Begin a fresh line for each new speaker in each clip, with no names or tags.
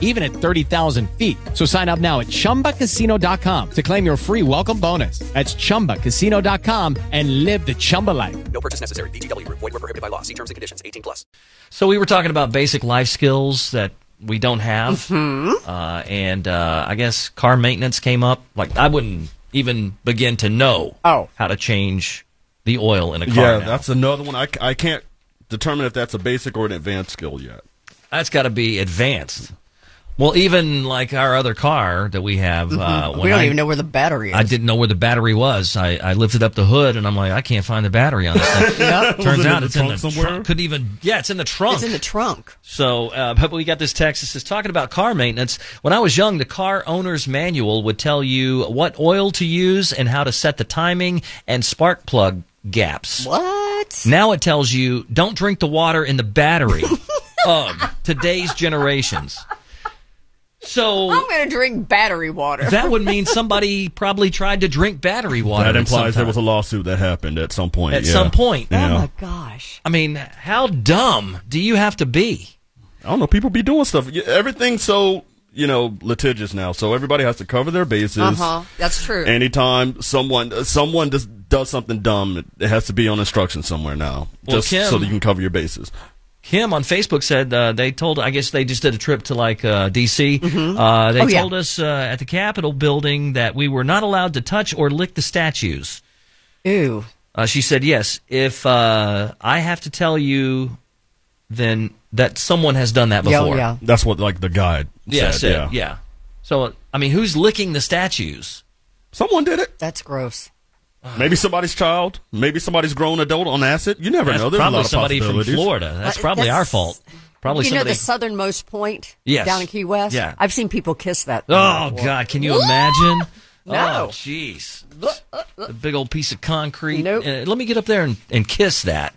even at 30,000 feet. So sign up now at chumbacasino.com to claim your free welcome bonus. That's chumbacasino.com and live the Chumba life.
No purchase necessary. VGW Group. Void were prohibited by law. See terms and conditions. 18 plus.
So we were talking about basic life skills that we don't have,
Mm-hmm.
uh, and uh, I guess car maintenance came up. Like I wouldn't even begin to know
Oh.
how to change the oil in a car.
Yeah,
now.
that's another one. I, c- I can't determine if that's a basic or an advanced skill yet.
that's got to be advanced. Well, even like our other car that we have, uh, when
Mm-hmm. we don't
I-
even know where the battery is.
I didn't know where the battery was. I, I lifted up the hood and I'm like, I can't find the battery on this thing. Turns
it in
out
the
it's in the
trunk somewhere?
trunk. Couldn't even. Yeah, it's in the trunk.
It's in the trunk.
So, uh, but we got this text that says, talking about car maintenance. When I was young, the car owner's manual would tell you what oil to use and how to set the timing and spark plug gaps.
What?
Now it tells you don't drink the water in the battery. Ugh, today's generations.
I'm
So
going to drink battery water.
that would mean somebody probably tried to drink battery water.
That
at some
implies there
time.
was a lawsuit that happened at some point.
At
yeah.
some point.
oh
Yeah.
my gosh.
I mean, how dumb do you have to be?
I don't know. People be doing stuff. Y- Everything's so you know litigious now. So everybody has to cover their bases.
Uh
Uh-huh.
huh. That's true.
Anytime someone uh, someone does does something dumb, it- it has to be on instruction somewhere now,
Well,
just
Kim-
so that you can cover your bases.
Kim on Facebook said uh, they told. I guess they just did a trip to like uh, D.C. Uh, they
Oh, yeah.
told us uh, at the Capitol building that we were not allowed to touch or lick the statues.
Ooh.
Uh, she said, "Yes, if uh, I have to tell you, then that someone has done that
Yeah,
before."
yeah.
That's what like the guide
yeah,
said.
said, yeah. So I mean, who's licking the statues?
someone did it.
That's gross.
Maybe somebody's child. Maybe somebody's grown adult on acid. You never
That's
know. There's a
probably
lot of
somebody from
possibilities.
Florida. That's
Uh,
probably our
that's-
fault. Probably
you
somebody.
know the southernmost point
Yes.
down in Key West?
Yeah.
I've seen people kiss that.
Oh God! Can you imagine?
No.
Oh jeez, the big old piece of concrete.
Nope.
Uh, let me get up there and, and kiss that.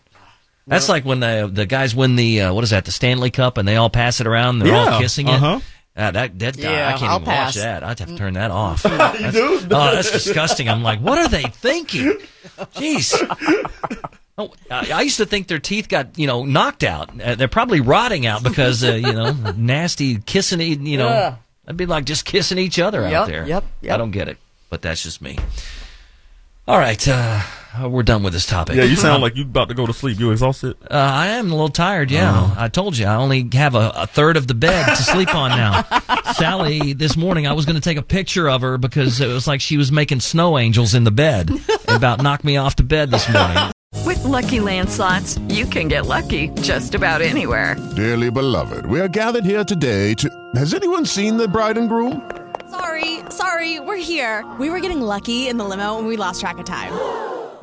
That's like when the the guys win the uh, what is that the Stanley Cup and they all pass it around. and They're all
Yeah,
kissing it.
uh-huh.
Uh, that that
Yeah,
I can't
I'll
even
pass.
watch that. I'd have to turn that off. That's- Oh, that's disgusting. I'm like, what are they thinking? Jeez. Oh, I I used to think their teeth got you know knocked out. Uh, they're probably rotting out because uh, you know nasty kissing. e- You know,
Ugh.
I'd be like just kissing each other out
Yep,
there.
yep, yep.
I don't get it, but that's just me. All right, uh, we're done with this topic.
Yeah, you sound like you about to go to sleep. You exhausted.
Uh, I am a little tired. Yeah,
Oh.
I told you I only have a, a third of the bed to sleep on now. Sally, this morning I was going to take a picture of her because it was like she was making snow angels in the bed. It about knocked me off to bed this morning.
With Lucky Land slots, you can get lucky just about anywhere.
Dearly beloved, we are gathered here today to. Has anyone seen the bride and groom?
Sorry, sorry, we're here. We were getting lucky in the limo and we lost track of time.